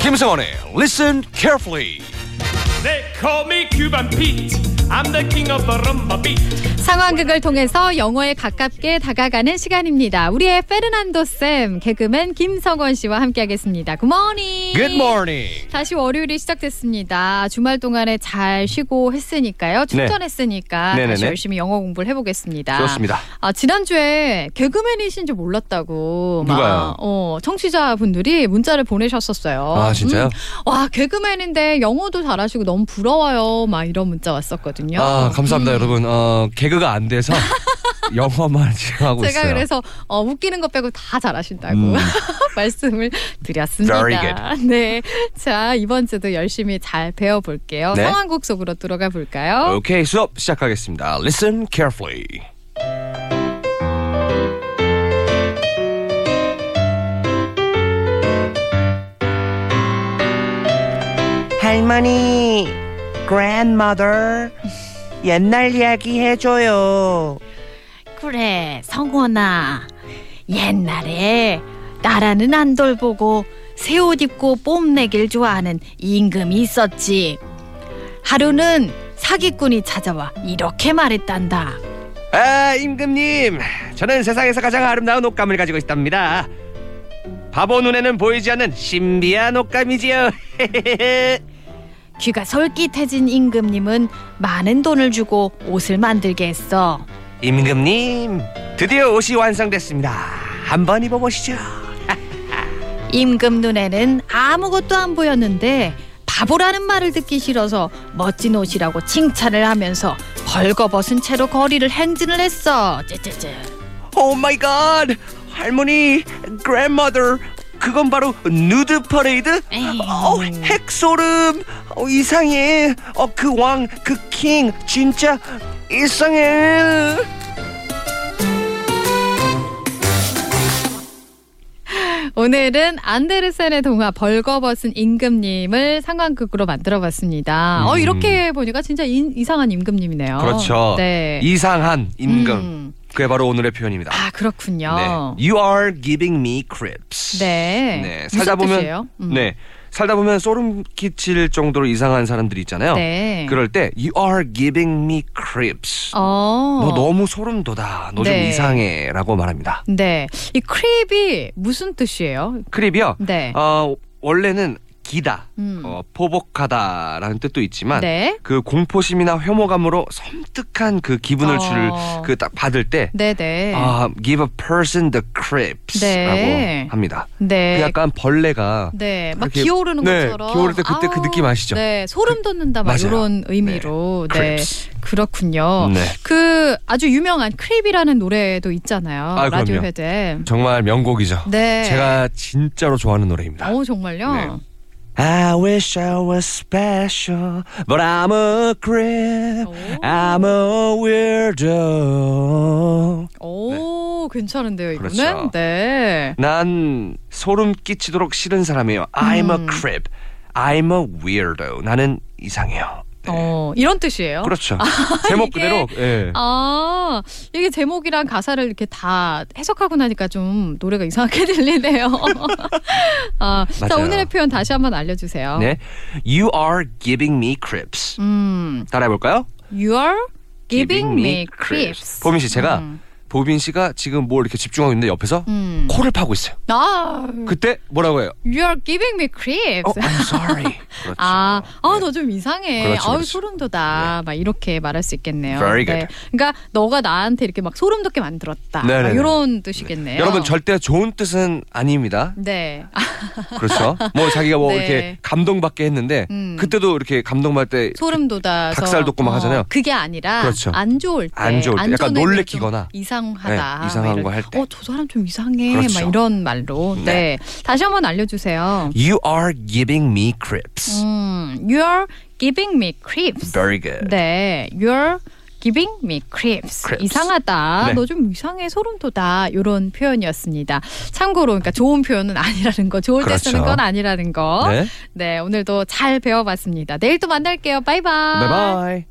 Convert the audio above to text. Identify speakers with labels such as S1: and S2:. S1: 김성원의 Listen Carefully.
S2: They call me Cuban Pete. I'm the king of the rumba beat.
S3: 상황극을 통해서 영어에 가깝게 다가가는 시간입니다. 우리의 페르난도 쌤, 개그맨 김성원 씨와 함께하겠습니다. 굿모닝.
S1: Good morning.
S3: 다시 월요일이 시작됐습니다. 주말 동안에 잘 쉬고 했으니까요. 충전했으니까
S1: 네. 네네네.
S3: 다시 열심히 영어 공부를 해보겠습니다.
S1: 좋습니다.
S3: 아, 지난주에 개그맨이신 줄 몰랐다고 막,
S1: 누가요?
S3: 어, 청취자분들이 문자를 보내셨었어요. 음.
S1: 아, 진짜요?
S3: 와 개그맨인데 영어도 잘하시고 너무 부러워요. 막 이런 문자 왔었거든요.
S1: 아 감사합니다 여러분. 어 개그가 안 돼서 영어만 지금 하고
S3: 제가
S1: 있어요.
S3: 그래서 어, 웃기는 것 빼고 다 잘하신다고
S1: 음.
S3: 말씀을 드렸습니다.
S1: Very good.
S3: 네, 자 이번 주도 열심히 잘 배워볼게요.
S1: 네.
S3: 상황국 속으로 들어가 볼까요?
S1: 오케이 수업 시작하겠습니다. Listen carefully.
S4: 할머니, grandmother, 옛날 이야기 해줘요.
S3: 그래, 성원아. 옛날에 나라는 안 돌보고 새 옷 입고 뽐내길 좋아하는 임금이 있었지. 하루는 사기꾼이 찾아와 이렇게 말했단다.
S1: 아 임금님, 저는 세상에서 가장 아름다운 옷감을 가지고 있답니다. 바보 눈에는 보이지 않는 신비한 옷감이지요.
S3: 귀가 솔깃해진 임금님은 많은 돈을 주고 옷을 만들게 했어.
S1: 임금님, 드디어 옷이 완성됐습니다. 한번 입어보시죠.
S3: 임금 눈에는 아무것도 안 보였는데 바보라는 말을 듣기 싫어서 멋진 옷이라고 칭찬을 하면서 벌거벗은 채로 거리를 행진을 했어. 쯔쯔쯔.
S1: 오 마이 갓! Oh 할머니, grandmother, 그건 바로 누드 퍼레이드?
S3: 에이.
S1: 어, 핵소름! 어, 이상해! 어, 그 왕, 그 킹, 진짜 이상해!
S3: 오늘은 안데르센의 동화 벌거벗은 임금님을 상황극으로 만들어봤습니다. 어
S1: 음.
S3: 이렇게 보니까 진짜 인, 상한 임금님이네요.
S1: 그렇죠.
S3: 어, 네.
S1: 이상한 임금.
S3: 음.
S1: 그게 바로 오늘의 표현입니다.
S3: 아 그렇군요.
S1: 네. You are giving me creeps.
S3: 네.
S1: 네,
S3: 무슨
S1: 살다
S3: 뜻이에요?
S1: 보면
S3: 음.
S1: 네. 살다 보면 소름 끼칠 정도로 이상한 사람들이 있잖아요.
S3: 네.
S1: 그럴 때 you are giving me creeps.
S3: 어.
S1: 뭐 너 너무 소름 돋아. 너 좀
S3: 네.
S1: 이상해라고 말합니다.
S3: 네. 이 크립이 무슨 뜻이에요?
S1: 크립이요.
S3: 네.
S1: 어, 원래는 기다,
S3: 음.
S1: 어, 포복하다라는 뜻도 있지만
S3: 네.
S1: 그 공포심이나 혐오감으로 섬뜩한 그 기분을
S3: 어.
S1: 줄 그 딱 받을 때
S3: 네네.
S1: 아, give a person the creeps
S3: 네.
S1: 라고 합니다.
S3: 네.
S1: 그 약간 벌레가
S3: 네, 막
S1: 그렇게-
S3: 기어오르는
S1: 네,
S3: 것처럼.
S1: 기어오를 때 그때 그 느낌 아시죠? 그
S3: 네, 소름 돋는다 막
S1: 맞아요.
S3: 이런 의미로.
S1: 네,
S3: 네,
S1: creeps.
S3: 그렇군요.
S1: 네.
S3: 그 아주 유명한 크립이라는 노래도 있잖아요.
S1: 아,
S3: 라디오
S1: 그럼요.
S3: 회대.
S1: 정말 명곡이죠.
S3: 네.
S1: 제가 진짜로 좋아하는 노래입니다.
S3: 어 정말요?
S1: 네. I wish I was special, but I'm a creep.
S3: 오.
S1: I'm a weirdo.
S3: 오, 괜찮은데요, 이거는?
S1: 네. 그렇죠.
S3: 네.
S1: 난 소름 끼치도록 싫은 사람이에요. I'm
S3: 음.
S1: a creep. I'm a weirdo. 나는 이상해요. 네.
S3: 어, 이런 뜻이에요.
S1: 그렇죠. 제목
S3: 이게-
S1: 그대로. 예.
S3: 아, 이게 제목이랑 가사를 이렇게 다 해석하고 나니까 좀 노래가 이상하게 들리네요. 아, 자,
S1: 맞아요.
S3: 오늘의 표현 다시 한번 알려주세요.
S1: 네. You are giving me creeps.
S3: 음,
S1: 따라해 볼까요?
S3: you are giving me creeps.
S1: 보민 씨 제가
S3: 음.
S1: 보민 씨가 지금 뭐 이렇게 집중하고 있는데 옆에서
S3: 음.
S1: 코를 파고 있어요.
S3: 아,
S1: 그때 뭐라고 해요?
S3: you are giving me creeps.
S1: 어, I'm sorry. 그렇죠.
S3: 아, 아, 너 좀 이상해.
S1: 그렇죠,
S3: 아우
S1: 그렇죠.
S3: 소름 돋아. 막 이렇게 말할 수 있겠네요.
S1: Very good.
S3: 그러니까 너가 나한테 이렇게 막 소름 돋게 만들었다. 막
S1: 네네네.
S3: 이런 뜻이겠네요.
S1: 여러분 절대 좋은 뜻은 아닙니다.
S3: 네. 아,
S1: 그렇죠? 뭐 자기가 뭐
S3: 네.
S1: 이렇게 감동받게 했는데
S3: 음.
S1: 그때도 이렇게 감동받을 때
S3: 소름 돋아서 어,
S1: 닭살 돋고 막 하잖아요.
S3: 그게 아니라
S1: 그렇죠.
S3: 안 좋을 때,
S1: 안 좋을 때. 약간
S3: 좋은 의미로 좀
S1: 놀래키거나.
S3: 이상하다,
S1: 네, 이상한
S3: 막 이런-
S1: 거할 때.
S3: 어, 저 사람 좀 이상해,
S1: 그렇죠.
S3: 막 이런 말로. 네, 다시 한번 알려주세요.
S1: You are giving me creeps.
S3: 음, you're giving me creeps.
S1: Very good.
S3: 네, you're giving me creeps.
S1: Creeps.
S3: 이상하다.
S1: 네.
S3: 너 좀 이상해 소름 돋아. 이런 표현이었습니다. 참고로 그러니까 좋은 표현은 아니라는 거, 좋을
S1: 그렇죠.
S3: 때 쓰는 건 아니라는 거.
S1: 네.
S3: 네, 오늘도 잘 배워봤습니다. 내일 또 만날게요. 바이바이.
S1: Bye bye.